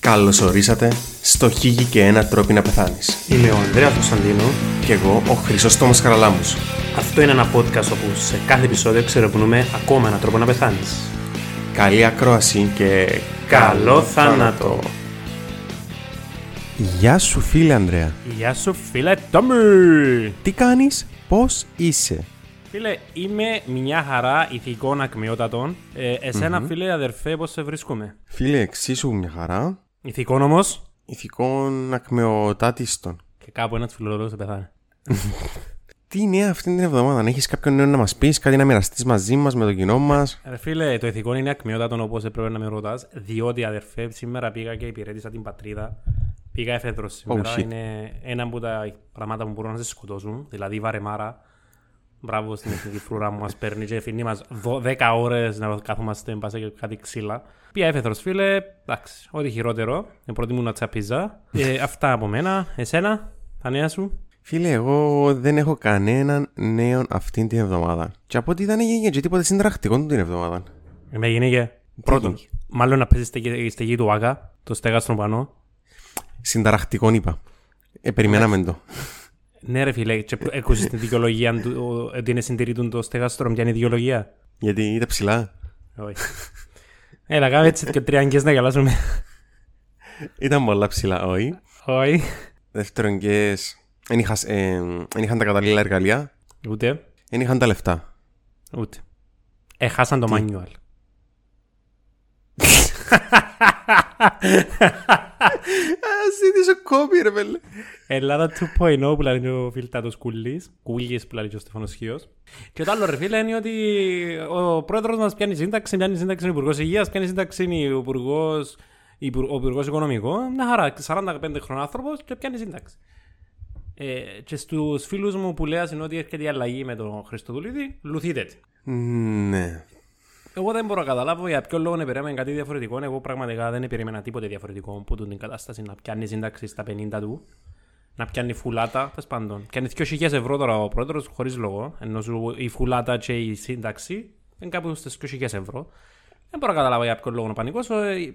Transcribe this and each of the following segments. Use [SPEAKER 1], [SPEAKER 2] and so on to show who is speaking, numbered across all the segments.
[SPEAKER 1] Καλώς ορίσατε στο Χίγη και ένα τρόπο να πεθάνεις.
[SPEAKER 2] Είμαι ο Ανδρέας Κωνσταντίνο.
[SPEAKER 1] Κι εγώ ο Χρυσόστομος Χαραλάμος.
[SPEAKER 2] Αυτό είναι ένα podcast όπου σε κάθε επεισόδιο ξερευνούμε ακόμα έναν τρόπο να πεθάνεις.
[SPEAKER 1] Καλή ακρόαση και...
[SPEAKER 2] Καλό θάνατο.
[SPEAKER 1] Γεια σου φίλε Ανδρέα.
[SPEAKER 2] Γεια σου φίλε Τόμι!
[SPEAKER 1] Τι κάνεις, πώς είσαι.
[SPEAKER 2] Φίλε, είμαι μια χαρά ηθικών ακμιότατων. Ε, εσενα φίλε αδερφέ, πώς σε βρίσκομαι.
[SPEAKER 1] Φίλε, εξίσου μια χαρά.
[SPEAKER 2] Ηθικών όμως,
[SPEAKER 1] Ηθικών ακμεωτάτιστων.
[SPEAKER 2] και κάπου ένας φιλοδότος θα πεθάνει.
[SPEAKER 1] Τι νέα αυτή την εβδομάδα, αν έχεις κάποιον νέο να μας πεις, κάτι να μοιραστείς μαζί μας, με το κοινό μας.
[SPEAKER 2] Ρε φίλε, το ηθικό είναι ακμιότατο όπως έπρεπε να με ρωτάς, διότι αδερφέ, σήμερα πήγα και υπηρέτησα την πατρίδα. Πήγα εφέδρος σήμερα,
[SPEAKER 1] shit.
[SPEAKER 2] είναι ένα από τα πράγματα που μπορούν να σε σκοτώσουν, δηλαδή η βαρεμάρα. Μπράβο στην εθνική φρουρά που μας παίρνει και φύνει μας δο- 10 ώρες να κάθομαστε μπας και κάτι ξύλα. Πήγα έφεθρος φίλε, εντάξει, ό,τι χειρότερο, ε, προτιμούν να τσαπίζα. Ε, αυτά από μένα, εσένα, τα νέα σου.
[SPEAKER 1] Φίλε, εγώ δεν έχω κανέναν νέο αυτή την εβδομάδα. Και από ό,τι δεν έγινε και τίποτα συντρακτικό την εβδομάδα.
[SPEAKER 2] Ε, Με γυναίκε, πρώτον,
[SPEAKER 1] γίνει?
[SPEAKER 2] μάλλον να παίζεις στη στεγή του Άκα, το στέγαστρο πανώ,
[SPEAKER 1] Συνταρακτικόν είπα. Ε, περιμέναμε το.
[SPEAKER 2] Ναι ρε φίλε, και π- έκουσες την δικαιολογία του, ο- ότι είναι συντηρητούν το στεγαστρό, ποια είναι η δικαιολογία.
[SPEAKER 1] Γιατί ήταν ψηλά.
[SPEAKER 2] Όχι. Έλα, κάμε έτσι και τρία αγγές να γελάσουμε.
[SPEAKER 1] Ήταν πολλά ψηλά, όχι.
[SPEAKER 2] Όχι.
[SPEAKER 1] Δεύτερον και σ- εν είχα- ε, εν είχαν τα κατάλληλα εργαλεία,
[SPEAKER 2] Ούτε,
[SPEAKER 1] δεν είχαν τα λεφτά.
[SPEAKER 2] ούτε. Έχασαν το manual.
[SPEAKER 1] Ζήτησε κόμπι ρε πέλε.
[SPEAKER 2] Ελλάδα 2.0 που λέει ο Φιλτάτος Κούλης, Κούλης που λέει και ο Στεφανός Χίος. Και το άλλο ρε φίλε είναι ότι ο πρόεδρος μας πιάνει σύνταξη, πιάνει σύνταξη ο Υπουργός Υγείας, πιάνει σύνταξη είναι ο Υπουργός, υπου- ο Υπουργός Οικονομικών, μια χαρά, 45 χρόνων άνθρωπος και πιάνει σύνταξη. Ε, και στους φίλους μου που λέει είναι ότι έρχεται η αλλαγή με τον Χριστοδουλίδη, λουθείτε τη.
[SPEAKER 1] Ναι.
[SPEAKER 2] Εγώ δεν μπορώ να καταλάβω για ποιο λόγο να περίμενα κάτι διαφορετικό. Εγώ πραγματικά δεν περίμενα τίποτε διαφορετικό που του την κατάσταση να πιάνει σύνταξη στα 50 του, να πιάνει φουλάτα. Τέλος πάντων, πιάνεις 2.000 ευρώ τώρα ο πρόεδρος χωρίς λόγο. Ενώ σου η φουλάτα και η σύνταξη είναι κάπου στι 2.000 ευρώ. Δεν μπορώ να καταλάβω για ποιο λόγο να πανικώσω. Ε,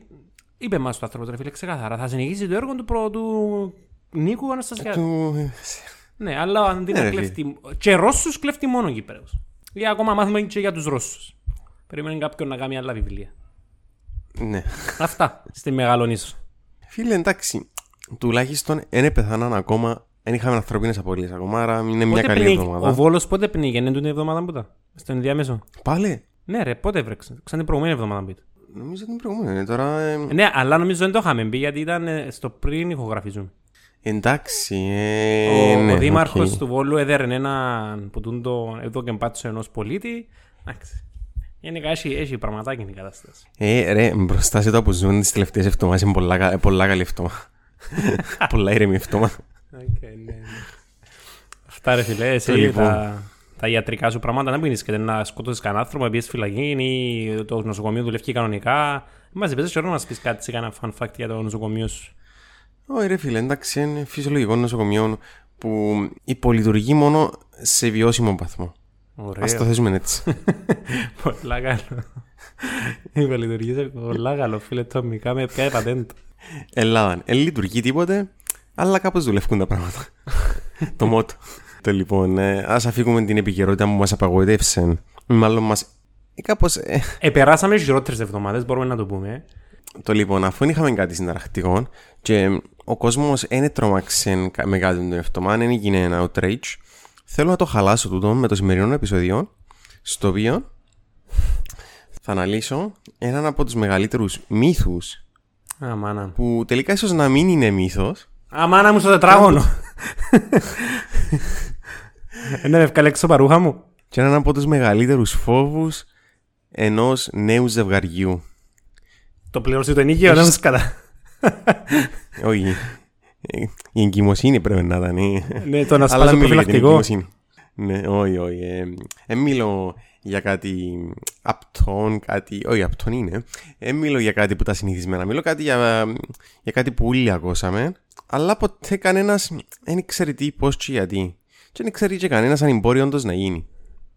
[SPEAKER 2] Είπε μας το άνθρωπο, ρε φίλε, ξεκάθαρα. Θα συνεχίσει το έργο του, προ, του Νίκου Αναστασιάδη.
[SPEAKER 1] Του-
[SPEAKER 2] Ναι, αλλά αντί
[SPEAKER 1] Ναι,
[SPEAKER 2] να
[SPEAKER 1] ρε
[SPEAKER 2] κλέφτει. Και Ρώσους κλέφτει μόνο Κύπρεος. Για ακόμα μάθημα και για τους Ρώσους. Περιμένει κάποιον να κάνει άλλα βιβλία.
[SPEAKER 1] Ναι.
[SPEAKER 2] Αυτά στη Μεγαλονίσο.
[SPEAKER 1] Φίλε, εντάξει. Τουλάχιστον δεν πεθάναν ακόμα. Δεν είχαμε ανθρωπίνες απολύσει ακόμα, άρα είναι μια καλή
[SPEAKER 2] πνίγει- Ο
[SPEAKER 1] εβδομάδα.
[SPEAKER 2] Βόλος πότε πνίγει, είναι την εβδομάδα που ήταν. Στον ενδιάμεσο.
[SPEAKER 1] Πάλι.
[SPEAKER 2] Ναι, ρε, πότε βρέξε. Ξαν την προηγούμενη εβδομάδα μπήκε.
[SPEAKER 1] Νομίζω την προηγούμενη. Τώρα. ε,
[SPEAKER 2] Ναι, αλλά νομίζω δεν το είχαμε μπει γιατί ήταν ε, στο πριν ηχογραφίζουν.
[SPEAKER 1] Εντάξει.
[SPEAKER 2] ο,
[SPEAKER 1] Ε,
[SPEAKER 2] ο
[SPEAKER 1] ναι,
[SPEAKER 2] δήμαρχος
[SPEAKER 1] οκ.
[SPEAKER 2] του Βόλου έδερνε έναν που τούν το εδώ και μπάτσο ενός πολίτη. Εντάξει. Γενικά έχει, έχει πραγματάκι η κατάσταση.
[SPEAKER 1] Ε, ρε, μπροστά σε το που ζούμε τις τελευταίες εβδομάδες είναι πολλά, κα- πολλά καλή εβδομά. πολλά ήρεμη εβδομά.
[SPEAKER 2] Okay, ναι. Αυτά ρε φίλε, εσύ
[SPEAKER 1] λοιπόν.
[SPEAKER 2] τα, τα ιατρικά σου πράγματα να πίνεις και δεν να σκοτώσεις κανένα άνθρωπο, να πιέσεις φυλακή ή το νοσοκομείο δουλεύει κανονικά. Μας είπες και ώρα να μας πεις κάτι σε κανένα fun fact για το νοσοκομείο σου.
[SPEAKER 1] Όχι ρε φίλε, εντάξει, είναι φυσιολογικό νοσοκομείο που υπολειτουργεί μόνο σε βιώσιμο βαθμό. Ας το
[SPEAKER 2] Ωραίο.
[SPEAKER 1] θέσουμε έτσι.
[SPEAKER 2] Πολλά καλό. Είπα λειτουργήσε πολλά καλό φίλε το μικρά με πια πατέντο.
[SPEAKER 1] Ελλάδα. Δεν λειτουργεί τίποτε, αλλά κάπως δουλεύουν τα πράγματα. το μότο. το λοιπόν, ε, ας αφήγουμε την επικαιρότητα που μας απαγοητεύσε. Μάλλον μας... ε, Κάπως... ε,
[SPEAKER 2] Επεράσαμε χειρότερες εβδομάδες, μπορούμε να το πούμε.
[SPEAKER 1] Το λοιπόν, αφού είχαμε κάτι συνταρακτικό και ο κόσμος δεν τρόμαξε κα- με κάτι τον εαυτομά, δεν έγινε ένα outrage, θέλω να το χαλάσω τούτο με το σημερινό επεισόδιο, στο οποίο θα αναλύσω έναν από τους μεγαλύτερους μύθους
[SPEAKER 2] Α, μάνα.
[SPEAKER 1] που τελικά ίσως να μην είναι μύθος.
[SPEAKER 2] Α, μάνα μου στο τετράγωνο. Ναι, ευκάλε έξω παρούχα μου.
[SPEAKER 1] και έναν από τους μεγαλύτερους φόβους ενός νέου ζευγαριού.
[SPEAKER 2] Το πληρώσει το ενίκιο, δεν μου σκατά.
[SPEAKER 1] Όχι. ε, Η εγκυμοσύνη πρέπει να ήταν. ε.
[SPEAKER 2] Ναι, το να
[SPEAKER 1] Αλλά μην μιλώ για
[SPEAKER 2] σπάσω
[SPEAKER 1] την
[SPEAKER 2] προφυλακτικό.
[SPEAKER 1] εγκυμοσύνη. Ναι, όχι, όχι. Ε, ε, μιλώ για κάτι απτόν, κάτι. Όχι, απτόν είναι. Ε, μιλώ για κάτι που τα συνηθισμένα. Μιλώ κάτι για, για κάτι που όλοι ακούσαμε. Αλλά ποτέ κανένας δεν ξέρει τι, πώς και γιατί. Και δεν ξέρει και κανένας αν μπορεί όντω να γίνει.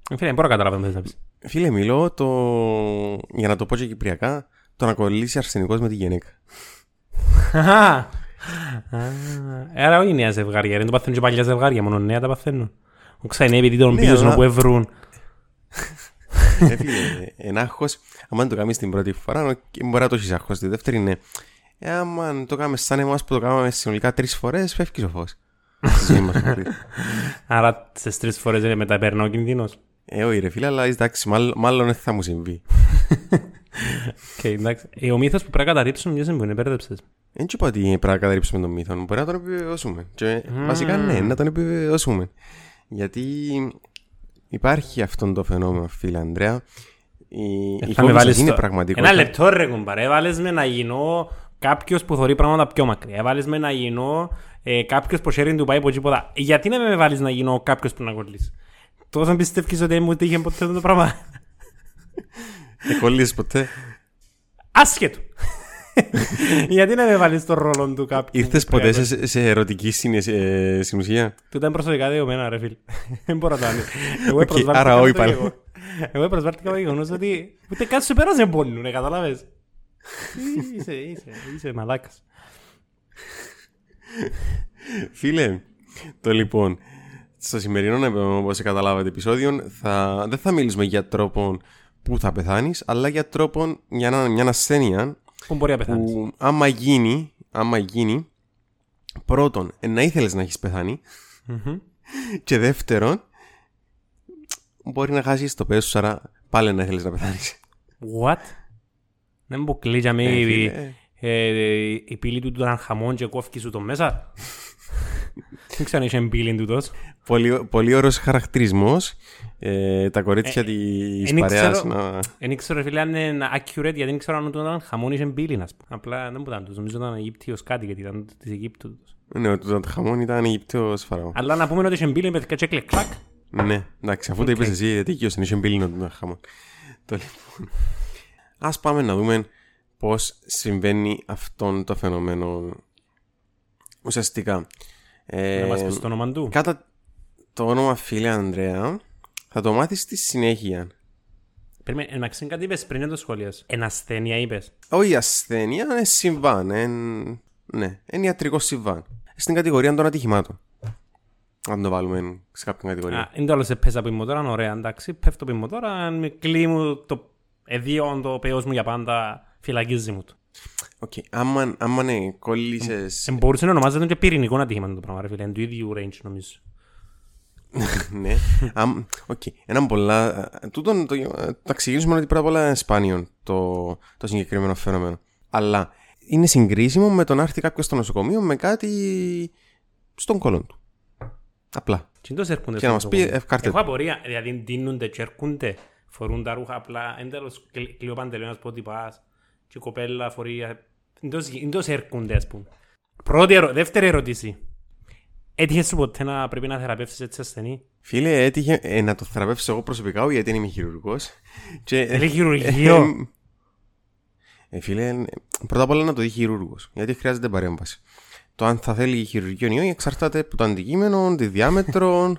[SPEAKER 2] Φίλε, δεν μπορώ να καταλάβω τι θες να πεις.
[SPEAKER 1] Φίλε, μιλώ το. Για να το πω και κυπριακά, το να κολλήσει αρσενικός με τη γυναίκα.
[SPEAKER 2] Α, Άρα όχι νέα ζευγάρια. Δεν το παθαίνουν και παλιά ζευγάρια. Μόνο νέα τα παθαίνουν. Ξανά επειδή τον
[SPEAKER 1] Ναι,
[SPEAKER 2] πίζουν
[SPEAKER 1] αλλά-
[SPEAKER 2] όπου ευρούν.
[SPEAKER 1] Ε, φίλε, Ένα άγχος, άμα το κάνεις την πρώτη φορά, οκ, μπορεί να το έχεις άγχος. Τη δεύτερη είναι, ε, άμα το κάνουμε σαν εμάς που το κάναμε συνολικά τρεις φορές, φεύγεις ο φως. Στη ζωή μας, φίλε.
[SPEAKER 2] Άρα σε τρεις φορές μεταπερνά ο κινδύνος.
[SPEAKER 1] Ε, όχι ρε φίλε, αλλά εντάξει, μάλλον, μάλλον δεν θα μου συμβεί.
[SPEAKER 2] Και εντάξει. Ε, Ο μύθος που πρέπει να καταρρύψουν μια που είναι μπέρδεψε.
[SPEAKER 1] Δεν σου είπα ότι πρέπει να καταρρύψουμε τον μύθο, μπορεί να τον επιβεβαιώσουμε. Και βασικά ναι, να τον επιβεβαιώσουμε. Γιατί υπάρχει αυτό το φαινόμενο, φίλε Ανδρέα. Η,
[SPEAKER 2] Ε,
[SPEAKER 1] η φόβη σας είναι πραγματικό.
[SPEAKER 2] Ένα λεπτό ρε κουμπάρε. Έβαλες με να γίνω κάποιος που θωρεί πράγματα πιο μακριά. Έβαλες με να γίνω ε, κάποιος που sharing του πάει από τίποτα. Γιατί να με βάλεις να γίνω κάποιος που να κολλήσει. Τόσο πιστεύει ότι δεν μου τύχε ποτέ αυτό το πράγμα.
[SPEAKER 1] Ε, κολλήσεις ποτέ.
[SPEAKER 2] Άσχετο. Γιατί να με βάλεις τον ρόλο του κάποιου.
[SPEAKER 1] Ήρθες
[SPEAKER 2] που πρέπει
[SPEAKER 1] ποτέ
[SPEAKER 2] να κολλήσει.
[SPEAKER 1] σε, σε ερωτική συνε- ε, συνουσία.
[SPEAKER 2] Του ήταν προσωπικά δεδομένα, ρε φίλ. Δεν μπορώ να το κάνω. Εγώ
[SPEAKER 1] Οκ,
[SPEAKER 2] προσβάρτηκα
[SPEAKER 1] άρα
[SPEAKER 2] με
[SPEAKER 1] όχι
[SPEAKER 2] το
[SPEAKER 1] πάλι.
[SPEAKER 2] γεγονός- Εγώ προσβάρτηκα με το γεγονός ότι ούτε κάτι σου πέρασε πόνου, ναι, καταλάβες. Είσαι, είσαι, είσαι μαλάκας.
[SPEAKER 1] Φίλε, το λοιπόν, στο σημερινό, όπως καταλάβατε, επεισόδιο, θα, δεν θα μιλήσουμε για τρόπον που θα πεθάνεις, αλλά για τρόπον για να, μια ασθένεια
[SPEAKER 2] Πού μπορεί να πεθάνεις.
[SPEAKER 1] που άμα γίνει, άμα γίνει, πρώτον, ε, να ήθελες να έχεις πεθάνει
[SPEAKER 2] Μμμ.
[SPEAKER 1] και δεύτερον, μπορεί να χάσεις το πέσος, άρα πάλι να ήθελες να πεθάνεις.
[SPEAKER 2] What? Δεν μου κλείσαμε
[SPEAKER 1] Ε,
[SPEAKER 2] η,
[SPEAKER 1] φίλε,
[SPEAKER 2] ε, η πύλη του ήταν χαμόν και κόφηκε σου το μέσα. Δεν ξέρω αν είσαι πύλη του τόσο.
[SPEAKER 1] Πολύ, πολύ ωραίος χαρακτηρισμός. Ε, τα κορίτσια της
[SPEAKER 2] εν
[SPEAKER 1] παρέας
[SPEAKER 2] ήξερα-
[SPEAKER 1] να...
[SPEAKER 2] Δεν ξέρω φίλε αν είναι accurate γιατί δεν ξέρω αν του ήταν χαμόν ή πύλη. ας πούμε. Απλά δεν μου ήταν τους. Νομίζω ήταν Αιγύπτιος κάτι γιατί ήταν της Αιγύπτου. τους.
[SPEAKER 1] Ναι, ο Τουτανχαμών ήταν Αιγυπταίος φαραώ.
[SPEAKER 2] Αλλά να πούμε ότι είσαι πύλη με το κατσέκλε κλακ.
[SPEAKER 1] Ναι, εντάξει, αφού το είπες εσύ, δίκαιος είναι, είχε μπήλινο τον χαμόν. Το λοιπόν. Ας πάμε να δούμε πώς συμβαίνει αυτό το φαινόμενο ουσιαστικά. Ε,
[SPEAKER 2] Να μας πεις το όνομα του.
[SPEAKER 1] Κατά το όνομα φίλε Ανδρέα, θα το μάθεις στη συνέχεια.
[SPEAKER 2] Περίμενε, εν μεταξύ κάτι είπες πριν να το σχολιάς. Εν ασθένεια είπες.
[SPEAKER 1] Όχι η ασθένεια, είναι συμβάν. Εν... Ναι, είναι ιατρικό συμβάν. Στην κατηγορία των ατυχημάτων. Αν το βάλουμε σε κάποια κατηγορία.
[SPEAKER 2] Α, Είναι το άλλο σε πέσα που είμαι τώρα, είναι ναι, ωραία, εντάξει. Πέφτω που είμαι τώρα, κλείνω το εδίον το πέος μου για πάντα, φυλακίζει μου το.
[SPEAKER 1] Οκ, άμα, άμα ναι, κόλλησες...
[SPEAKER 2] Ε, Μπορούσε να ονομάζεται και πυρηνικό ατύχημα το πράγμα, ρε φίλε. Είναι του ίδιου range νομίζω.
[SPEAKER 1] ναι. Αμ, Οκ. Έναν πολλά. ε, Τούτον το, το εξηγήσουμε ότι πρώτα απ' όλα είναι σπάνιο το, το συγκεκριμένο φαινόμενο. Αλλά είναι συγκρίσιμο με το να έρθει κάποιος στο νοσοκομείο με κάτι στον κόλλον του. Απλά.
[SPEAKER 2] Τι είναι τόσο έρχονται
[SPEAKER 1] Και να μα
[SPEAKER 2] στο
[SPEAKER 1] πει
[SPEAKER 2] νοσοκομείο.
[SPEAKER 1] ευκάρτε.
[SPEAKER 2] Έχω απορία, δηλαδή ντύνονται και έρχονται, φορούν τα ρούχα απλά, εν τέλος κλει- κλειό παντελείο να πω ότι πας, και η κοπέλα φορεί, α, εν τόσο γι- εν τόσο έρχονται ας πούμε. Πρώτη ερω... δεύτερη ερώτηση. Έτυχες σου ποτέ να πρέπει να θεραπεύσεις έτσι ασθενή.
[SPEAKER 1] Φίλε, έτυχε ε, να το θεραπεύσω εγώ προσωπικά, γιατί δεν είμαι χειρουργός.
[SPEAKER 2] Θέλει χειρουργείο.
[SPEAKER 1] Ε, φίλε, ε, πρώτα απ' όλα να το δει χειρούργος. Γιατί χρειάζεται παρέμβαση. Το αν θα θέλει χειρουργείο ή όχι εξαρτάται από το αντικείμενο, τη διάμετρο,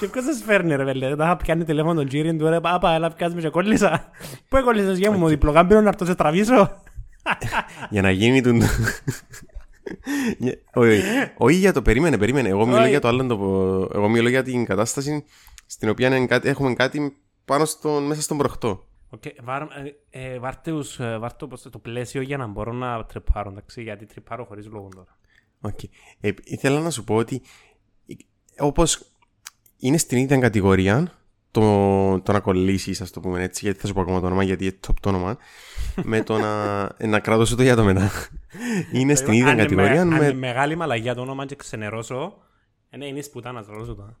[SPEAKER 2] Και ποιος σας φέρνει ρε βέλε, θα πιάνει τηλέφωνο τον κύριν του ρε πάπα, έλα πιάσεις με και κόλλησα. Πού έκολλησες γέμου μου, διπλοκάμπινο να έρθω σε τραβήσω.
[SPEAKER 1] Για να γίνει τον. Για- όχι, Όχι για το περίμενε, περίμενε. Εγώ μιλώ
[SPEAKER 2] Όχι.
[SPEAKER 1] για το άλλο. το- Εγώ μιλώ για την κατάσταση στην οποία είναι κάτι- έχουμε κάτι πάνω στον, μέσα στον προχτό.
[SPEAKER 2] Οκ, βάρ, ε, ε, βάρτε τους, ε, βάρτε όπως το πλαίσιο για να μπορώ να τρυπάρω, εντάξει, γιατί τρυπάρω χωρίς λόγο τώρα.
[SPEAKER 1] Οκ. Ε, ήθελα να σου πω ότι όπως είναι στην ίδια κατηγορία το, το να κολλήσεις, ας το πούμε έτσι, γιατί θα σου πω ακόμα το όνομα, γιατί είναι top το όνομα, με το να, να κράτωσω το για το μετά. Είναι Ναι, στην ίδια
[SPEAKER 2] Αν είναι με-
[SPEAKER 1] κατηγορία
[SPEAKER 2] Αν
[SPEAKER 1] με
[SPEAKER 2] είναι μεγάλη μαλαγιά το όνομα και ξενερώσω, ε, ναι, είναι σπουτάνας, ρωτήσω το.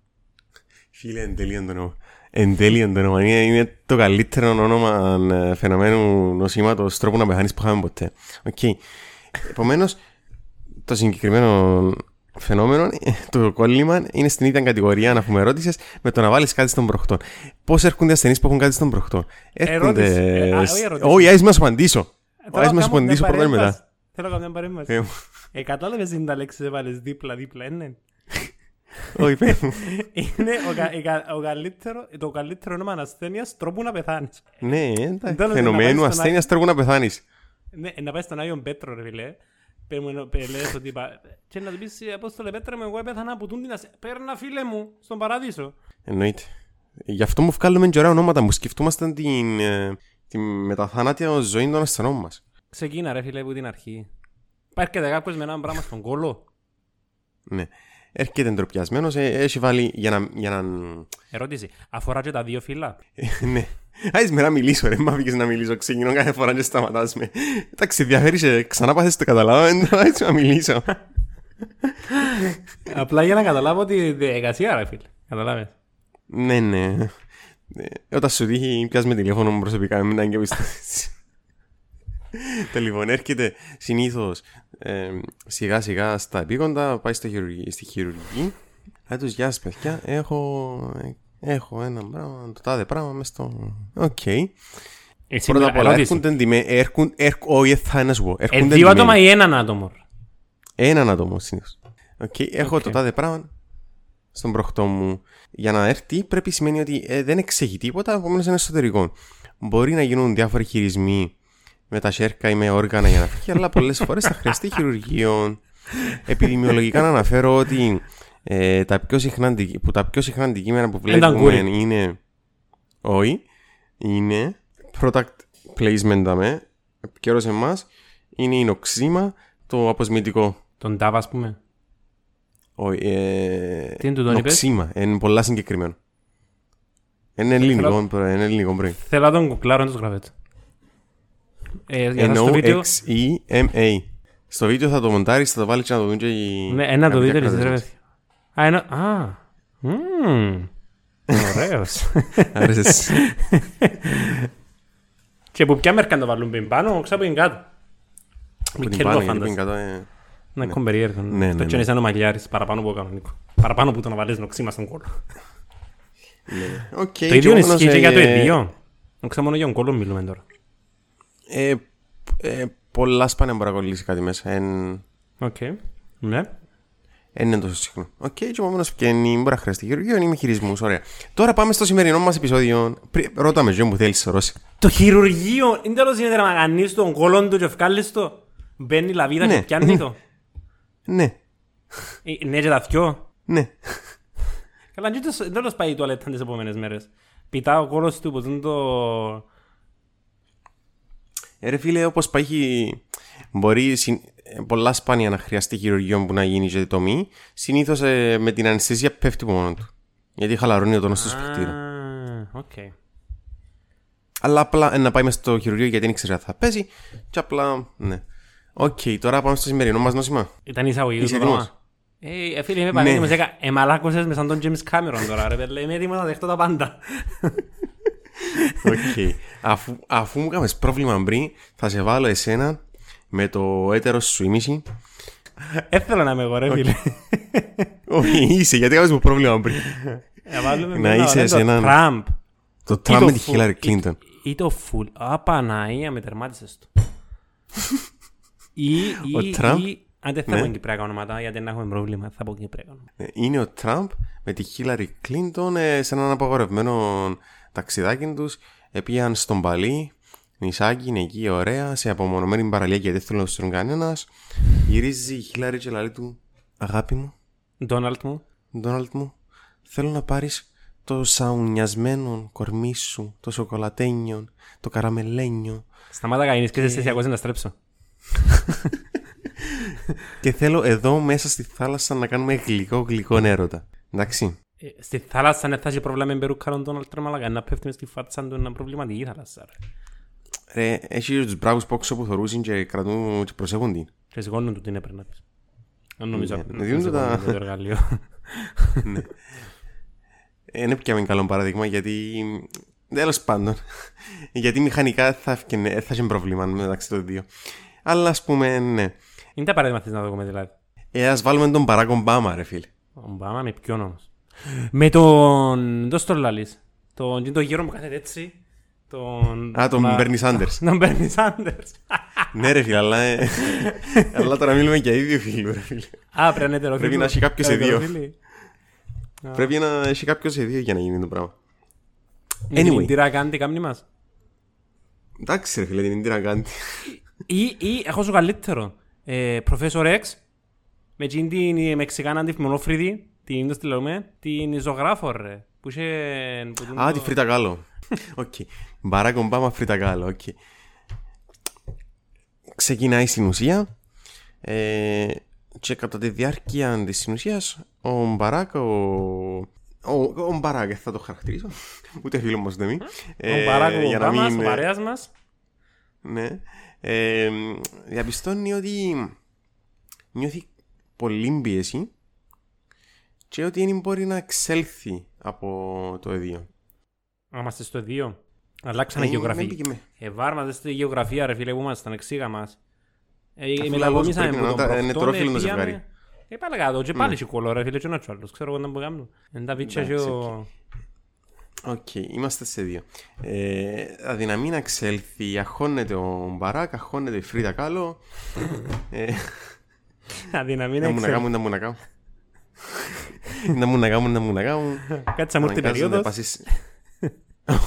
[SPEAKER 1] Φίλε, εν τέλει εντονόμα. Εν τέλει εντονόμα. Είναι, είναι το καλύτερο όνομα ε, φαινομένου νοσήματος τρόπου να πεθάνεις που είχαμε ποτέ. Οκ. Επομένως, το συγκεκριμένο φαινόμενο, ε, το κόλλημα, είναι στην ίδια κατηγορία, να πούμε ρώτησες, με το να βάλεις κάτι στον προχτό. Πώς έρχονται ασθενείς που έχουν κάτι στον προχτό. Έρχονται...
[SPEAKER 2] Ερώτηση. Ε, α, όχι
[SPEAKER 1] σ-
[SPEAKER 2] ερώτηση.
[SPEAKER 1] Όχι, άσε να σου απαντήσω.
[SPEAKER 2] Θέλω
[SPEAKER 1] Άσε να
[SPEAKER 2] να
[SPEAKER 1] σου
[SPEAKER 2] κάνω μια
[SPEAKER 1] απαντήσω πρώτα ή μετά.
[SPEAKER 2] παρέμβαση. Θέλω να κάνω μια παρέμβαση.
[SPEAKER 1] Ε,
[SPEAKER 2] Ε, κατάλαβες είναι τα λέξεις έβαλες δίπλα-δίπλα, ε, ναι.
[SPEAKER 1] Όχι, πέ μου.
[SPEAKER 2] Είναι ο κα- η κα- ο καλύτερο- το καλύτερο όνομα ασθένειας τρόπου να πεθάνεις.
[SPEAKER 1] Ναι,
[SPEAKER 2] να
[SPEAKER 1] εντάξει.
[SPEAKER 2] βάλεις
[SPEAKER 1] Φαινομένου
[SPEAKER 2] τον α- ε,
[SPEAKER 1] ασθένειας τρόπου να πεθάνεις.
[SPEAKER 2] Ναι, να πάει στον Άγιον Πέτρο, ρε φίλε. Πελές ότι είπα και να του πεις ε, Απόστολε πέτρα μου εγώ έπεθανα από τούν την ασ- Πέρνα φίλε μου στον παράδεισο
[SPEAKER 1] Εννοείται. Γι' αυτό μου βγάλουμε και ωραία ονόματα μου. Σκεφτούμασταν την, ε, την μεταθάνατια ζωή των ασθενών μας.
[SPEAKER 2] Ξεκίνα ρε φίλε από την αρχή Υπάρχει και κάποιος με έναν πράγμα στον κόλο
[SPEAKER 1] Ναι. Έρχεται ντροπιασμένος, ε, έχει βάλει για να. Για να...
[SPEAKER 2] Ερώτηση, αφορά και τα δύο φύλλα
[SPEAKER 1] Ε, ναι. Άι με να μιλήσω, ρε. Μ' άφηγες να μιλήσω. Ξεκινώ κάθε φορά και σταματάς με. Εντάξει, διαφέρει, ε, ξανά πάθες το καταλάβω. ε, Έτσι να μιλήσω.
[SPEAKER 2] Απλά για να καταλάβω τη διαδικασία ρε φίλε Καταλάβες
[SPEAKER 1] ναι, ναι. Ε, όταν σου τύχει, πιάς με τηλέφωνο μου προσωπικά, μην αγκαιπιστείς. Το λοιπόν, έρχεται συνήθως σιγά σιγά στα επίγοντα, πάει στο χειρουργή- στη χειρουργική. Λέει τους, γεια σας παιδιά, έχω, έχω ένα πράγμα, το τάδε πράγμα μες στο... Οκ.
[SPEAKER 2] Εσύ
[SPEAKER 1] Πρώτα
[SPEAKER 2] μιλά-
[SPEAKER 1] απ' όλα,
[SPEAKER 2] ερώτηση.
[SPEAKER 1] έρχονται εντυμένοι. Έρχουν, έρχ, όχι, θα είναι να σου πω.
[SPEAKER 2] Ε,
[SPEAKER 1] Έρχονται
[SPEAKER 2] δύο άτομα
[SPEAKER 1] εντυμένοι.
[SPEAKER 2] ή έναν άτομο
[SPEAKER 1] Έναν άτομο συνήθως. Okay, έχω
[SPEAKER 2] Οκ.
[SPEAKER 1] το τάδε πράγμα στον προχτό μου. Για να έρθει, πρέπει σημαίνει ότι ε, δεν εξέχει τίποτα, επομένως είναι εσωτερικό. Μπορεί να γίνουν διάφοροι χειρισμοί με τα σέρκα ή με όργανα για να φύγει, αλλά πολλές φορές θα χρειαστεί χειρουργείο. Επιδημιολογικά να αναφέρω ότι ε, τα, πιο συχνά, αντι- που τα πιο συχνά αντικείμενα που
[SPEAKER 2] Ήταν
[SPEAKER 1] βλέπουμε
[SPEAKER 2] κούρι.
[SPEAKER 1] είναι. Όχι, είναι product placement δαμέ, επικαιρό εμάς, είναι η νοξίμα, το αποσμητικό.
[SPEAKER 2] Τον τάβα ας πούμε
[SPEAKER 1] Όχι, ε,
[SPEAKER 2] Τι είναι το τον είπες?
[SPEAKER 1] νοξίμα. Είναι πολλά συγκεκριμένο.
[SPEAKER 2] Ε,
[SPEAKER 1] Είναι ελληνικό, προ- είναι ελληνικό πρωί.
[SPEAKER 2] Θέλω να τον κουκλάρω να το γράφετε. Ε, για σας το βίντεο.
[SPEAKER 1] N-O-X-E-M-A. Στο βίντεο θα το μοντάρεις, θα το βάλεις και να το δουν και οι...
[SPEAKER 2] Ναι, ε, να το
[SPEAKER 1] κάποιοι
[SPEAKER 2] δείτε, ρε
[SPEAKER 1] ακροατές μας.
[SPEAKER 2] παιδιά. Α, ένα... Α, μμμ, ωραίος.
[SPEAKER 1] Άρεσες.
[SPEAKER 2] Και που ποια μέρκα να το βάλουν πριν πάνω, ξέρω πριν κάτω.
[SPEAKER 1] Που
[SPEAKER 2] Μην
[SPEAKER 1] την πάνω,
[SPEAKER 2] κέρδο
[SPEAKER 1] γιατί πριν
[SPEAKER 2] φάντας.
[SPEAKER 1] κάτω, ε,
[SPEAKER 2] Να έχω περίεργο.
[SPEAKER 1] Ναι, ναι,
[SPEAKER 2] Το
[SPEAKER 1] ναι.
[SPEAKER 2] τσένι σαν ο μαγιάρης, παραπάνω από κανονικό. Παραπάνω που το να βάλεις νοξίμα στον κόλλο.
[SPEAKER 1] ναι. Οκ,
[SPEAKER 2] Το
[SPEAKER 1] Ε, και
[SPEAKER 2] ίδιο
[SPEAKER 1] όμως,
[SPEAKER 2] ισχύει και
[SPEAKER 1] ε,
[SPEAKER 2] για το ίδιο. Ξέρω μόνο για τον κόλλο μιλούμε τώρα.
[SPEAKER 1] ε, ε, Πολλά σπάνια μπορεί να κολλήσει κάτι μέσα. εν-
[SPEAKER 2] Οκ. Ναι.
[SPEAKER 1] εν Είναι τόσο συχνό. Οκ, και επομένως βγαίνει, μπορεί να χρειαστεί χειρουργείο ή με χειρισμούς. Ωραία. Τώρα πάμε στο σημερινό μας επεισόδιο. Πρι- Ρώτα με, ζωή μου, θέλει, Ρώση.
[SPEAKER 2] Το χειρουργείο, είναι τέλος είναι να μαγανείς τον κόλλον του και ευκάλεις το. Μπαίνει λαβίδα και
[SPEAKER 1] Ναι.
[SPEAKER 2] πιάνει το.
[SPEAKER 1] Ναι,
[SPEAKER 2] Ε, Ναι και τα δυο.
[SPEAKER 1] ναι.
[SPEAKER 2] Καλά, και τος- δεν τους πάει η τουαλέτα τις επόμενες μέρες. Πητά ο κόλος του που δεν το...
[SPEAKER 1] Ε, Ρε φίλε, όπως πάει, μπορεί συν- ε, πολλά σπάνια να χρειαστεί χειρουργείο που να γίνει και τομή. Συνήθως με την αναισθησία πέφτει από μόνο του. Γιατί χαλαρώνει ο τόνος του σπιχτήρα.
[SPEAKER 2] Α, Οκ.
[SPEAKER 1] Αλλά απλά ε, να πάει μες στο χειρουργείο γιατί δεν ξέρει αν θα παίζει. Και απλά, ναι. Οκ, τώρα πάμε στο σημερινό μας νόσημα.
[SPEAKER 2] Ήταν εισαγωγή
[SPEAKER 1] Είσαι
[SPEAKER 2] το πράγμα.
[SPEAKER 1] έτοιμος? Ναι.
[SPEAKER 2] Ε, ε, φίλε, είμαι πανέτοιμος. Έκα- Εμαλάκωσες με σαν τον James Cameron τώρα, ρε παιδί. Είμαι έτοιμος να δεχτώ τα πάντα.
[SPEAKER 1] Οκ. αφού, αφού μου κάμες πρόβλημα πριν, θα σε βάλω εσένα με το έτερος σου ήμιση.
[SPEAKER 2] Έθελα να είμαι εγώ, ρε φίλε.
[SPEAKER 1] Όχι, είσαι, γιατί κάμες μου πρόβλημα πριν.
[SPEAKER 2] Να Ε, βάλουμε
[SPEAKER 1] Να
[SPEAKER 2] μετά,
[SPEAKER 1] είσαι
[SPEAKER 2] βάλε το
[SPEAKER 1] εσένα.
[SPEAKER 2] Τραμπ.
[SPEAKER 1] το Τραμπ με τη
[SPEAKER 2] φου-
[SPEAKER 1] Χίλαρη Κλίντον.
[SPEAKER 2] Ή το φουλ. Α, Παναία, με τερμάτισες το. Ή,
[SPEAKER 1] Ο
[SPEAKER 2] ή,
[SPEAKER 1] Τραμπ,
[SPEAKER 2] ή... Αν δεν
[SPEAKER 1] ναι.
[SPEAKER 2] θα πω κυπριακά ονόματα, γιατί να έχουμε πρόβλημα, θα πω κυπριακά ονόματα.
[SPEAKER 1] Ε, Είναι ο Τραμπ με τη Χίλαρη Κλίντον ε, σε έναν απαγορευμένο ταξιδάκι τους. Πήγαν στον Παλί, νησάκι, είναι εκεί, ωραία, σε απομονωμένη παραλία γιατί δεν θέλω να τους τον κανένας. Γυρίζει η Χίλαρη και λέει του: Αγάπη μου,
[SPEAKER 2] Ντόναλτ μου.
[SPEAKER 1] Ντόναλτ μου, θέλω να πάρεις το σαουνιασμένο κορμί σου, το σοκολατένιο, το καραμελένιο.
[SPEAKER 2] Σταμάτα καήνεις
[SPEAKER 1] Ε.
[SPEAKER 2] και σε στεσιακός να στρέψω.
[SPEAKER 1] Και θέλω εδώ μέσα στη θάλασσα να κάνουμε γλυκό γλυκό έρωτα. Εντάξει.
[SPEAKER 2] Ε, Στη θάλασσα να φτάσει πρόβλημα με περούκαλον τον Αλτρ μαλακά, να πέφτει μες στη φάτσα του, να προβληματική η θάλασσα. Ρε.
[SPEAKER 1] Ρε, έχει τους μπράβους πόξο που θορούσαν και κρατούν και προσέχουν την.
[SPEAKER 2] Και σηκώνουν του την έπαιρνα της. Δεν νομίζω
[SPEAKER 1] Ναι,
[SPEAKER 2] να
[SPEAKER 1] ναι, δίνουν
[SPEAKER 2] σηκώνουν
[SPEAKER 1] τα-
[SPEAKER 2] το εργαλείο.
[SPEAKER 1] Δεν έπιαμε καλό παράδειγμα γιατί. Τέλος πάντων. γιατί μηχανικά θα έφτιανε- θα είχε πρόβλημα μεταξύ των δύο. Αλλά ας πούμε, ναι.
[SPEAKER 2] Είναι τα παράδειγμα θες να δούμε δηλαδή.
[SPEAKER 1] Ε, ας βάλουμε τον Μπαράκ Ομπάμα, ρε φίλε.
[SPEAKER 2] Ο Ομπάμα με ποιον όμως. Με τον... Δώσ' τον λαλείς. Τον είναι το γέρο που κάθεται έτσι. Τον...
[SPEAKER 1] Α, τον
[SPEAKER 2] μα-
[SPEAKER 1] Μπέρνι Σάντερ.
[SPEAKER 2] Τον Μπέρνι Σάντερς.
[SPEAKER 1] ναι, ρε φίλε, αλλά. ε, αλλά τώρα μιλούμε για ίδιο φίλου, ρε φίλε.
[SPEAKER 2] Α, πρέπει να είναι ετεροφίλη.
[SPEAKER 1] Πρέπει να έχει κάποιος σε δύο.
[SPEAKER 2] Ετεροφίλη.
[SPEAKER 1] Πρέπει να έχει κάποιος σε δύο για να γίνει το πράγμα.
[SPEAKER 2] Είναι
[SPEAKER 1] Anyway.
[SPEAKER 2] κινητήρα κάντη κάμνη μας.
[SPEAKER 1] Εντάξει, ρε φίλε, την Ιντήρα Γκάντι.
[SPEAKER 2] Ή, ή έχω σου καλύτερο. ε, Professor X, με εκείνη την η Μεξικάνα τη μονόφρυδη, την το λέμε, την ζωγράφο ρε. Που είχε... που τούν
[SPEAKER 1] Α,
[SPEAKER 2] το-
[SPEAKER 1] τη Φρίτα Κάλλο. Οκ. Μπαράκ Ομπάμα Φρίτα Κάλλο. Οκ. Ξεκινάει στην ουσία ε, και κατά τη διάρκεια της συνουσίας ο Μπαράκ ο... Ο, ο Μπαράκ, θα το χαρακτηρίσω. Ούτε φίλο μας δεν είναι.
[SPEAKER 2] Τον Μπαράκ
[SPEAKER 1] για να
[SPEAKER 2] Ομπάμα,
[SPEAKER 1] μην,
[SPEAKER 2] ο
[SPEAKER 1] ε,
[SPEAKER 2] παρέας μας.
[SPEAKER 1] ναι. Ε, διαπιστώνει ότι νιώθει πολλή πίεση και ότι δεν μπορεί να εξέλθει από το εδίο.
[SPEAKER 2] Α, Είμαστε στο 2. Αλλάξανε
[SPEAKER 1] Ε, δεν
[SPEAKER 2] γεωγραφία.
[SPEAKER 1] πήγε με-
[SPEAKER 2] Ε, βάρμαζε στη γεωγραφία, ρε φίλε, που ήμασταν εξήγα μας. Ε,
[SPEAKER 1] Αφού
[SPEAKER 2] μετακομίσαμε
[SPEAKER 1] λαλώς πρέπει
[SPEAKER 2] που τον
[SPEAKER 1] να τα- είναι
[SPEAKER 2] προχτών,
[SPEAKER 1] τρόφιλο το
[SPEAKER 2] ε, πήγαμε-
[SPEAKER 1] ζευγάρι. Ναι.
[SPEAKER 2] Ε, πάλι κάτω, και πάλι και κολό, ρε φίλε, και ένα τσουάλλος. Ξέρω εγώ να που κάνουν. Εν τα πίτσα και
[SPEAKER 1] Εντάξει,
[SPEAKER 2] ο...
[SPEAKER 1] Οκ, είμαστε σε δύο. Ε, αδυναμεί να εξέλθει, αχώνεται ο Μπαράκ, αχώνεται η Φρίτα Κάλλο. ε,
[SPEAKER 2] Αδυναμία
[SPEAKER 1] να μου να
[SPEAKER 2] έξερε.
[SPEAKER 1] κάνουν, να μου να κάνουν. να μου να κάνουν, να μου να κάνουν.
[SPEAKER 2] Κάτσα μου ήρθε η
[SPEAKER 1] Αναγκάζονται να
[SPEAKER 2] περίοδος.
[SPEAKER 1] πάσεις-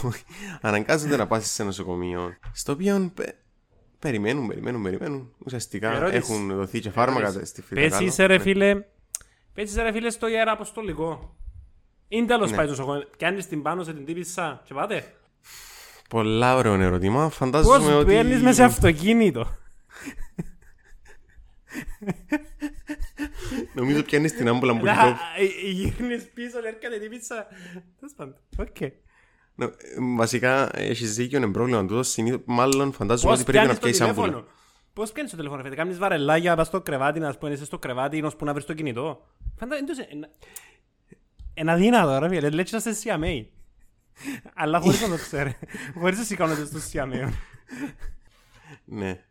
[SPEAKER 1] Όχι. Αναγκάζονται να πάσει σε νοσοκομείο. Στο οποίο πε- περιμένουν, περιμένουν, περιμένουν. Ουσιαστικά
[SPEAKER 2] Ερώτηση.
[SPEAKER 1] έχουν δοθεί και φάρμακα στη Φρίτα
[SPEAKER 2] Πες
[SPEAKER 1] Κάλλο.
[SPEAKER 2] είσαι ρε φίλε, πες είσαι ρε φίλε στο ιεραποστολικό. Είναι τέλος
[SPEAKER 1] Ναι.
[SPEAKER 2] πάει το νοσοκομείο. Πιάνεις την πάνω σε την τύπησα και πάτε.
[SPEAKER 1] Πολλά ωραίο ερώτημα.
[SPEAKER 2] Πώς
[SPEAKER 1] Φαντάζομαι ότι.
[SPEAKER 2] παίρνεις μέσα σε αυτοκίνητο.
[SPEAKER 1] Νομίζω πιάνεις την άμπουλα που
[SPEAKER 2] Λα,
[SPEAKER 1] κοιτώ.
[SPEAKER 2] ε, ε, Γυρνείς πίσω, λέει, έρχεται η τύπησα. Τέλος πάντων. Οκ.
[SPEAKER 1] Ναι, ε, Βασικά έχεις δίκιο, είναι πρόβλημα τούτο. Συνήθω, μάλλον φαντάζομαι
[SPEAKER 2] Πώς
[SPEAKER 1] ότι πρέπει να
[SPEAKER 2] πιάνεις το
[SPEAKER 1] πιάσει άμπουλα.
[SPEAKER 2] τηλέφωνο. Πώς πιάνεις το τηλέφωνο, φίλε. Κάνεις βαρελάγια, πας στο κρεβάτι, να σου πω, είσαι στο κρεβάτι, να σου πω να βρεις το κινητό. Φαντα- εντός- εν- εν αδύνατο, ρε φίλε. Λέει και να είσαι CMA. Αλλά χωρίς να το ξέρεις. Χωρίς να σηκώνεται στο CMA.
[SPEAKER 1] Ναι.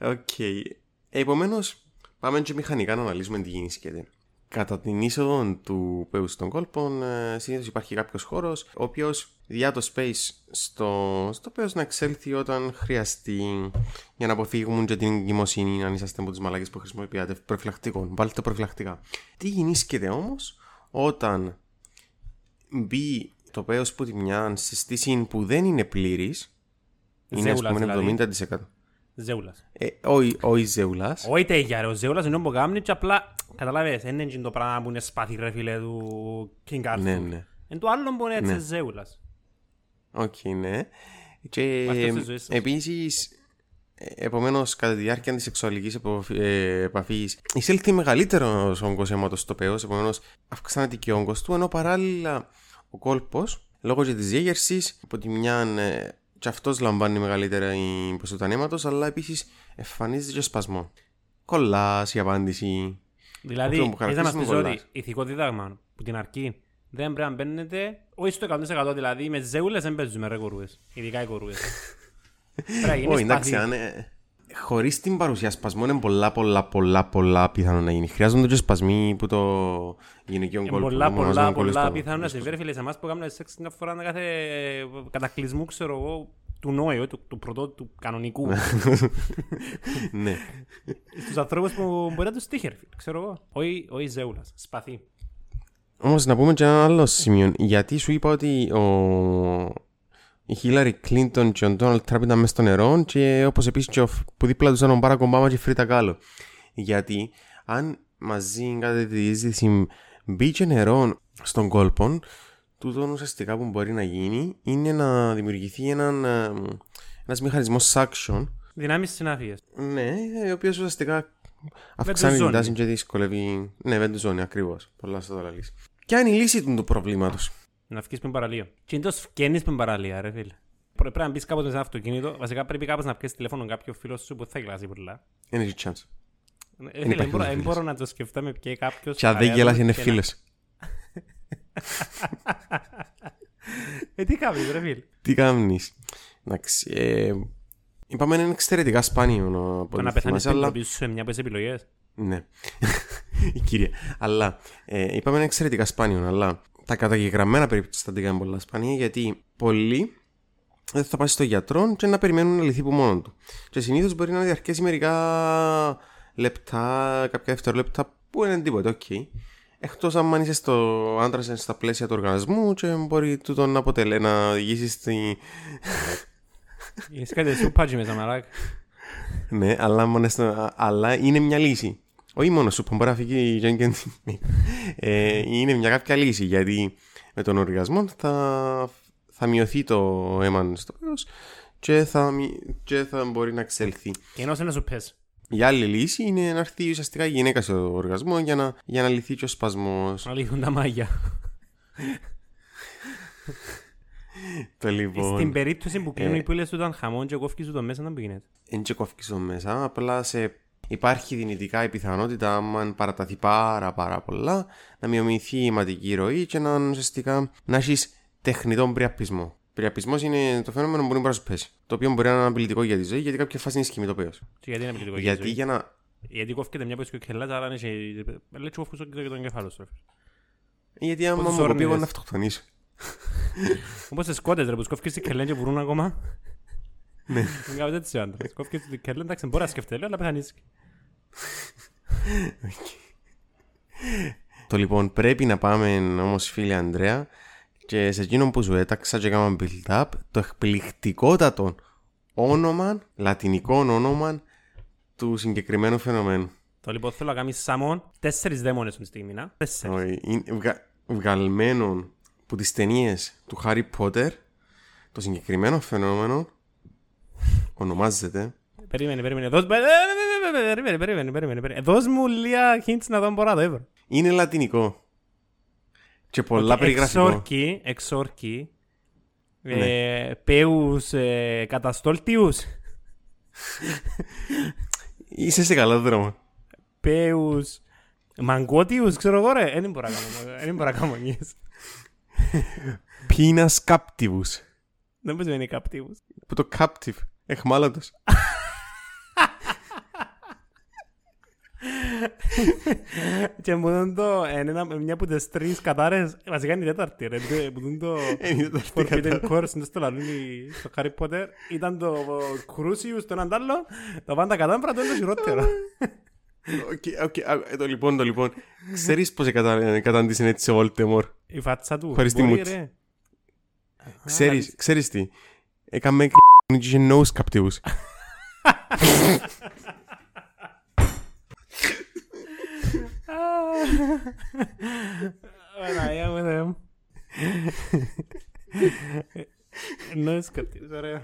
[SPEAKER 1] Οκ. Επομένως, πάμε και μηχανικά να αναλύσουμε τι γίνεται. Κατά την είσοδο του Πέου των κόλπων, συνήθω ε, υπάρχει κάποιος χώρος, ο οποίος διά το space στο, στο Πέου να εξέλθει όταν χρειαστεί για να αποφύγουν και την εγκυμοσύνη, αν είσαστε από τις μαλακέ που χρησιμοποιείτε προφυλακτικών. Βάλτε προφυλακτικά. Τι γίνεται όμως όταν μπει το πέος που τη μια σε στήση που δεν είναι πλήρης είναι ας
[SPEAKER 2] Ζέουλας
[SPEAKER 1] πούμε
[SPEAKER 2] δηλαδή.
[SPEAKER 1] 70%
[SPEAKER 2] Ζεούλας.
[SPEAKER 1] ε, όχι- όχι Ζεούλα.
[SPEAKER 2] Όχι τέγια ρε, ο Ζεούλας είναι που κάνει και απλά, καταλάβες, δεν είναι εκείνο το πράγμα που είναι σπαθί ρε φίλε του King Arthur.
[SPEAKER 1] Ναι, ναι.
[SPEAKER 2] Είναι το άλλο που είναι
[SPEAKER 1] Ναι.
[SPEAKER 2] έτσι Ζεούλας.
[SPEAKER 1] Οκ, ναι. Και ε,
[SPEAKER 2] Αυτές τις ζωές σας.
[SPEAKER 1] επίσης, επομένως, κατά τη διάρκεια της σεξουαλικής επαφή, ε, εισέλθει μεγαλύτερος όγκος αίματος στο παίο, επομένως, αυξάνεται και ο όγκος του, ενώ παράλληλα ο κόλπος, λόγω και της διέγερσης, από τη μια ε, και αυτός λαμβάνει μεγαλύτερη ποσότητα αίματος, αλλά επίσης εμφανίζεται και σπασμός. Κολλάς η απάντηση.
[SPEAKER 2] Δηλαδή,
[SPEAKER 1] Αυτό που
[SPEAKER 2] θες να μας
[SPEAKER 1] χαρακτηρίζουμε
[SPEAKER 2] πεις
[SPEAKER 1] πολλά.
[SPEAKER 2] ότι ηθικό δίδαγμα που την αρκεί δεν πρέπει να μπαίνετε, όχι στο 100% δηλαδή, με ζεούλες δεν παίζουμε ρε κορούες, ειδικά οι κορούες. Πρέπει να γίνεις
[SPEAKER 1] Όχι, εντάξει,
[SPEAKER 2] σπαθί.
[SPEAKER 1] αν. Χωρίς την παρουσία σπασμών είναι πολλά, πολλά, πολλά, πολλά πιθανό να γίνει. Χρειάζονται και σπασμοί που το γυναικείο
[SPEAKER 2] Ε,
[SPEAKER 1] κόλπο.
[SPEAKER 2] Πολλά,
[SPEAKER 1] που ονομάζουμε
[SPEAKER 2] πολλά, πολλά
[SPEAKER 1] κολεστό.
[SPEAKER 2] πιθανό να συμβεί ρε φίλε σε εμάς που κάνουμε σεξ την αφορά ένα κάθε ε, κατακλυσμού, ξέρω εγώ, του νόη, του, του πρωτό, του κανονικού.
[SPEAKER 1] ναι.
[SPEAKER 2] Στους ανθρώπους που μπορεί να τους τύχει, ρε φίλε, ξέρω εγώ. Όχι- Όχι ζεούλας, σπαθί.
[SPEAKER 1] Όμως να πούμε και ένα άλλο σημείο. Γιατί σου είπα ότι ο... η Χίλαρη Κλίντον και ο Ντόναλτ Τραμπ ήταν μέσα στο νερό και όπως επίσης και ο... που δίπλα τους ήταν ο Μπάρακ Ομπάμα και η Φρίτα Κάλλο. Γιατί αν μαζί κατά τη διείσδυση μπει και νερό στον κόλπο, τούτο ουσιαστικά που μπορεί να γίνει είναι να δημιουργηθεί έναν, ε, ένας μηχανισμός suction
[SPEAKER 2] Δυνάμεις συνάφειες.
[SPEAKER 1] ναι, ε, ο οποίος ουσιαστικά αυξάνει
[SPEAKER 2] Βεντουζώνει.
[SPEAKER 1] την τάση και δυσκολεύει. Ναι, βεντουζώνει ακριβώς. Πολλά στο το λύσει. Ποια είναι η λύση του, του προβλήματος.
[SPEAKER 2] Να φκείς πριν παραλία. Και είναι το φκένεις πριν παραλία, ρε φίλε. Πρέ- Πρέπει να μπεις κάποτε σε ένα αυτοκίνητο. Βασικά πρέπει κάπως να πιέσεις τηλέφωνο κάποιο φίλο σου που θα γελάσει πολλά.
[SPEAKER 1] Energy chance.
[SPEAKER 2] Ε, φίλε,
[SPEAKER 1] υπάρχει
[SPEAKER 2] μπορώ-
[SPEAKER 1] ένας
[SPEAKER 2] Δεν
[SPEAKER 1] φίλος.
[SPEAKER 2] μπορώ να το σκεφτώ με πιέει κάποιος.
[SPEAKER 1] Και αν δεν
[SPEAKER 2] παρέα του
[SPEAKER 1] γελάσει, είναι
[SPEAKER 2] και να-
[SPEAKER 1] φίλο.
[SPEAKER 2] Ε, τι κάνεις, ρε φίλε.
[SPEAKER 1] Τι κάνεις. Εντάξει. Ε, είπαμε είναι εξαιρετικά σπάνιο να
[SPEAKER 2] Το να
[SPEAKER 1] αποδειχθεί
[SPEAKER 2] πεθάνεις
[SPEAKER 1] μας,
[SPEAKER 2] πριν
[SPEAKER 1] αλλά.
[SPEAKER 2] το πεις σε μια από τις επιλογές.
[SPEAKER 1] Ναι. η κυρία. Αλλά ε, είπαμε είναι εξαιρετικά σπάνιο, αλλά τα καταγεγραμμένα περιστατικά είναι πολλά σπάνια γιατί πολλοί δεν θα πάει στο γιατρό και να περιμένουν να λυθεί από μόνο του. Και συνήθως μπορεί να διαρκέσει μερικά λεπτά, κάποια δευτερόλεπτα που είναι τίποτα, οκ. Εκτός αν είσαι στο άντρας στα πλαίσια του οργανισμού και μπορεί τούτο να, αποτελέ, να οδηγήσει στη,
[SPEAKER 2] Είσαι κάτι σούπα και μέσα μαλάκα.
[SPEAKER 1] Ναι, αλλά, μόνο στο- αλλά είναι μια λύση. Όχι μόνο σου, πομπαράφηκε η Jenkins. ε, είναι μια κάποια λύση γιατί με τον οργασμό θα, θα μειωθεί το αίμα στο κρέος και θα, μει- και θα μπορεί να εξελθεί.
[SPEAKER 2] Και ενώ σε να σου πες.
[SPEAKER 1] Η άλλη λύση είναι να έρθει ουσιαστικά η γυναίκα στο οργασμό για να, για να λυθεί και ο σπασμός.
[SPEAKER 2] Να λύθουν τα μάγια.
[SPEAKER 1] Το
[SPEAKER 2] Στην
[SPEAKER 1] λοιπόν.
[SPEAKER 2] περίπτωση που κλείνουν οι πύλες του ήταν χαμόν και κόφκι σου το μέσα να γίνεται.
[SPEAKER 1] Εν και κοφκίσω μέσα, απλά σε... υπάρχει δυνητικά η πιθανότητα άμα παραταθεί πάρα πάρα πολλά να μειωμηθεί η αιματική ροή και να ουσιαστικά να έχεις τεχνητό πριαπισμό. Πριαπισμό είναι το φαινόμενο που μπορεί να σου πέσει. Το οποίο μπορεί να είναι απειλητικό για τη ζωή γιατί κάποια φάση είναι ισχυμητοποιό.
[SPEAKER 2] Και γιατί είναι απειλητικό για τη
[SPEAKER 1] Γιατί
[SPEAKER 2] ζωή.
[SPEAKER 1] για να.
[SPEAKER 2] Γιατί κόφκεται μια πόση κελάτσα, άρα είναι και... Λέει κόφκουσα και τον εγκεφάλο σου. ρε.
[SPEAKER 1] Γιατί άμα
[SPEAKER 2] Πόσες
[SPEAKER 1] μου κοπεί,
[SPEAKER 2] ώρες
[SPEAKER 1] εγώ
[SPEAKER 2] είδες?
[SPEAKER 1] να αυτοκτονήσω.
[SPEAKER 2] Όπως σε σκότες ρε, που σκόφκεις την κελέν και βρουν ακόμα.
[SPEAKER 1] Ναι.
[SPEAKER 2] Είναι κάπως έτσι ο άντρας. Σκόφκεις την κελέν, εντάξει, μπορεί να σκεφτεί, λέω, αλλά πεθανείς.
[SPEAKER 1] Το λοιπόν πρέπει να πάμε όμως, φίλε Ανδρέα, και σε εκείνον που σου έταξα και κάναμε build-up, το εκπληκτικότατο όνομα, λατινικό όνομα του συγκεκριμένου φαινομένου.
[SPEAKER 2] Το λοιπόν θέλω να κάνεις σαμόν, τέσσερις δαίμονες μες τη μήνα. Τέσσερις.
[SPEAKER 1] Όχι, είναι βγα- βγαλμένο που τις ταινίες του Χάρι Πότερ, το συγκεκριμένο φαινόμενο ονομάζεται
[SPEAKER 2] Περίμενε, περίμενε. Δώσ' μου- ε, ε, ε, ε, ε, περίμενε, περίμενε, περίμενε, περίμενε. Δώσ' μου λίγα hints να δω αν μπορώ να το έβρω.
[SPEAKER 1] είναι λατινικό και πολλά
[SPEAKER 2] Ότι
[SPEAKER 1] περιγραφικό.
[SPEAKER 2] Εξόρκη, εξόρκη. Ε, πέους ε, καταστόλτιους.
[SPEAKER 1] Είσαι σε καλό δρόμο.
[SPEAKER 2] Πέους μαγκότιους, ξέρω εγώ ρε. Ε, Δεν μπορώ να κάνω, ε, δεν μπορώ να κάνω yes.
[SPEAKER 1] Πίνα captivus.
[SPEAKER 2] Δεν μπορεί να είναι καπτίβους.
[SPEAKER 1] Που το captive, εχμάλωτος.
[SPEAKER 2] Και μου δουν το, ε, ένα, μια από τις τρεις κατάρες, βασικά είναι η τέταρτη ρε, τε- μου δουν το
[SPEAKER 1] Ε, είναι η τέταρτη
[SPEAKER 2] Forbidden Course, είναι στο λαλούνι, στο Harry Potter, ήταν το Crucius, τον αντάλλο, τα πάντα κατάμπρα, το είναι το χειρότερο.
[SPEAKER 1] Οκ, οκ, α, ε, το λοιπόν, το λοιπόν. Ξέρεις πώς καταντήσαν έτσι ο Voldemort.
[SPEAKER 2] Η φάτσα του,
[SPEAKER 1] Χωρίς τη
[SPEAKER 2] μπορεί,
[SPEAKER 1] μούτσα.
[SPEAKER 2] ρε.
[SPEAKER 1] Ξέρεις, ξέρεις τι. Έκαμε κ***, και είχε nose captivus.
[SPEAKER 2] Ωραία, μου Θεέ μου. Νόης κατήρες, ωραία.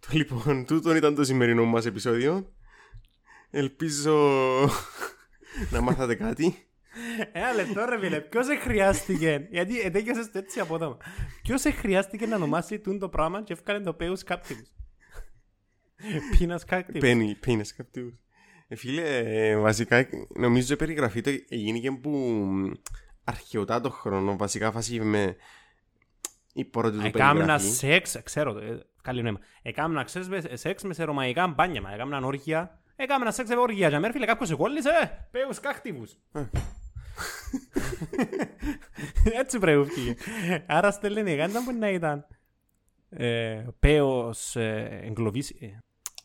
[SPEAKER 1] Το λοιπόν, τούτο ήταν το σημερινό μας επεισόδιο. Ελπίζω να μάθατε κάτι.
[SPEAKER 2] Ένα λεπτό ρε φίλε, ποιος σε χρειάστηκε, γιατί ετέγιωσες τέτοια απόδομα. Ποιος σε χρειάστηκε να ονομάσει τούν το πράγμα και έφκανε το πέους κάκτιμους. Πίνας κάκτιμους.
[SPEAKER 1] Πένι, πένες captivus. Ε, Φίλε, ε, βασικά νομίζω η περιγραφή το γίνηκε που αρχαιοτάτο χρόνο, βασικά φάση με η πρώτη του
[SPEAKER 2] Εκάμνα
[SPEAKER 1] περιγραφή.
[SPEAKER 2] σεξ, ξέρω, το, ε, καλή νόημα. Εκάμνα σεξ με- σεξ με σε ρωμαϊκά μπάνια, μα έκαμναν όργια. Έκαμνα σεξ με όργια, για μέρα φίλε κάποιος σε κόλλησε, ε, πέους κάκτιμους. Έτσι πρέπει να βγει. Άρα στα ελληνικά δεν μπορεί να ήταν. Ε, πέος ε, εγκλωβίσει. ε,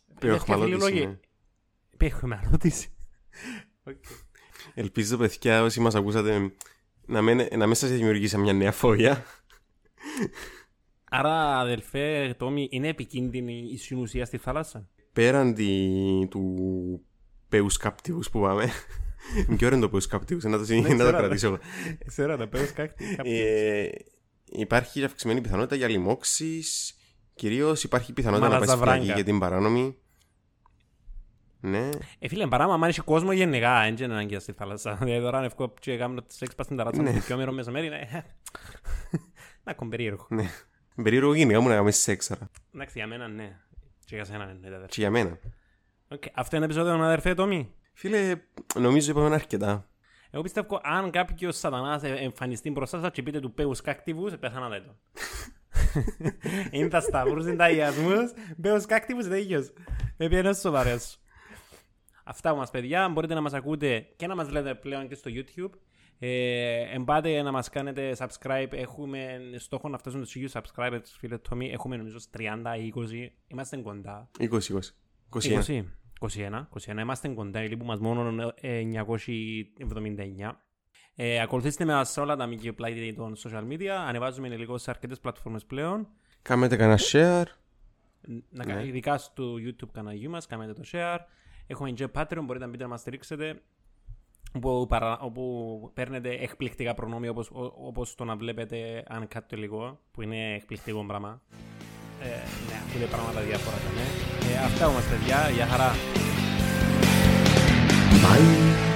[SPEAKER 1] Πιο
[SPEAKER 2] Τέτοια
[SPEAKER 1] αχμαλώτης
[SPEAKER 2] φιλολογία.
[SPEAKER 1] είναι.
[SPEAKER 2] Έχουμε ερώτηση.
[SPEAKER 1] Ελπίζω, παιδιά, όσοι μας ακούσατε, να μην, να μην σας δημιουργήσα μια νέα φόβια.
[SPEAKER 2] Άρα, αδελφέ, Τόμι, είναι επικίνδυνη η συνουσία στη θάλασσα.
[SPEAKER 1] Πέραν τη- του πεούς καπτίους που πάμε. Είναι Ποιο ωραίο είναι το πεούς καπτίους, να το, συ- να το
[SPEAKER 2] ξέρω,
[SPEAKER 1] κρατήσω.
[SPEAKER 2] Ξέρω, τα πέρας κάτι.
[SPEAKER 1] Ε, υπάρχει και αυξημένη πιθανότητα για λοιμώξεις. Κυρίως υπάρχει πιθανότητα να πας
[SPEAKER 2] Μαλαζαβράγκα.
[SPEAKER 1] φυλακή για την παράνομη. Ναι.
[SPEAKER 2] Ε, φίλε, παράμα, αν είσαι κόσμο γενικά, δεν είναι ανάγκη στη θάλασσα. Δηλαδή, τώρα αν ευκό και κάνω το σεξ πας στην ταράτσα
[SPEAKER 1] Ναι.
[SPEAKER 2] με πιο μέρο μέσα μέρη, είναι... ε, Να κομπερίεργο.
[SPEAKER 1] ναι. Περίεργο γίνεται, μου να κάνουμε σεξ άρα.
[SPEAKER 2] Εντάξει, για μένα ναι. Και για σένα ναι, αδερφέ.
[SPEAKER 1] Και για μένα.
[SPEAKER 2] Οκ, Αυτό είναι το επεισόδιο, αδερφέ, Τόμι.
[SPEAKER 1] Φίλε, νομίζω είπαμε αρκετά.
[SPEAKER 2] Εγώ πιστεύω αν κάποιο σατανάς ε, εμφανιστεί μπροστά σας και πείτε του Πέους κάκτιβους, πεθάνατε τον. Είναι τα σταυρούς, είναι τα ιασμούς. Πέους κάκτιβους δεν είχε. Με πιένε σοβαρέ. Αυτά μας, παιδιά. Μπορείτε να μας ακούτε και να μας λέτε πλέον και στο YouTube. Ε, εμπάτε να μας κάνετε subscribe Έχουμε στόχο να φτάσουμε στους 1000 subscribers Φίλε Τόμι, έχουμε νομίζω στις 30 ή 20 Είμαστε κοντά
[SPEAKER 1] 20-20. 21.
[SPEAKER 2] 20. 21, 21. Είμαστε κοντά, λείπουμε μόνο ε, 979. Ε, ακολουθήστε με σε όλα τα μήκη πλάτη των social media. Ανεβάζουμε λίγο σε αρκετές πλατφόρμες πλέον.
[SPEAKER 1] Κάμετε κανένα share.
[SPEAKER 2] Να κα- Ειδικά στο YouTube καναλιού μα, κάνετε το share. Έχουμε και Patreon, μπορείτε να μπείτε να μας στηρίξετε. Όπου, παρα- όπου παίρνετε εκπληκτικά προνόμια όπως, ό- όπως το να βλέπετε αν κάτι το λίγο, που είναι εκπληκτικό πράγμα. Ε, ναι, αυτό είναι πράγματα διάφορα. Ναι. Ε, αυτά όμως παιδιά, για χαρά.
[SPEAKER 1] Bye.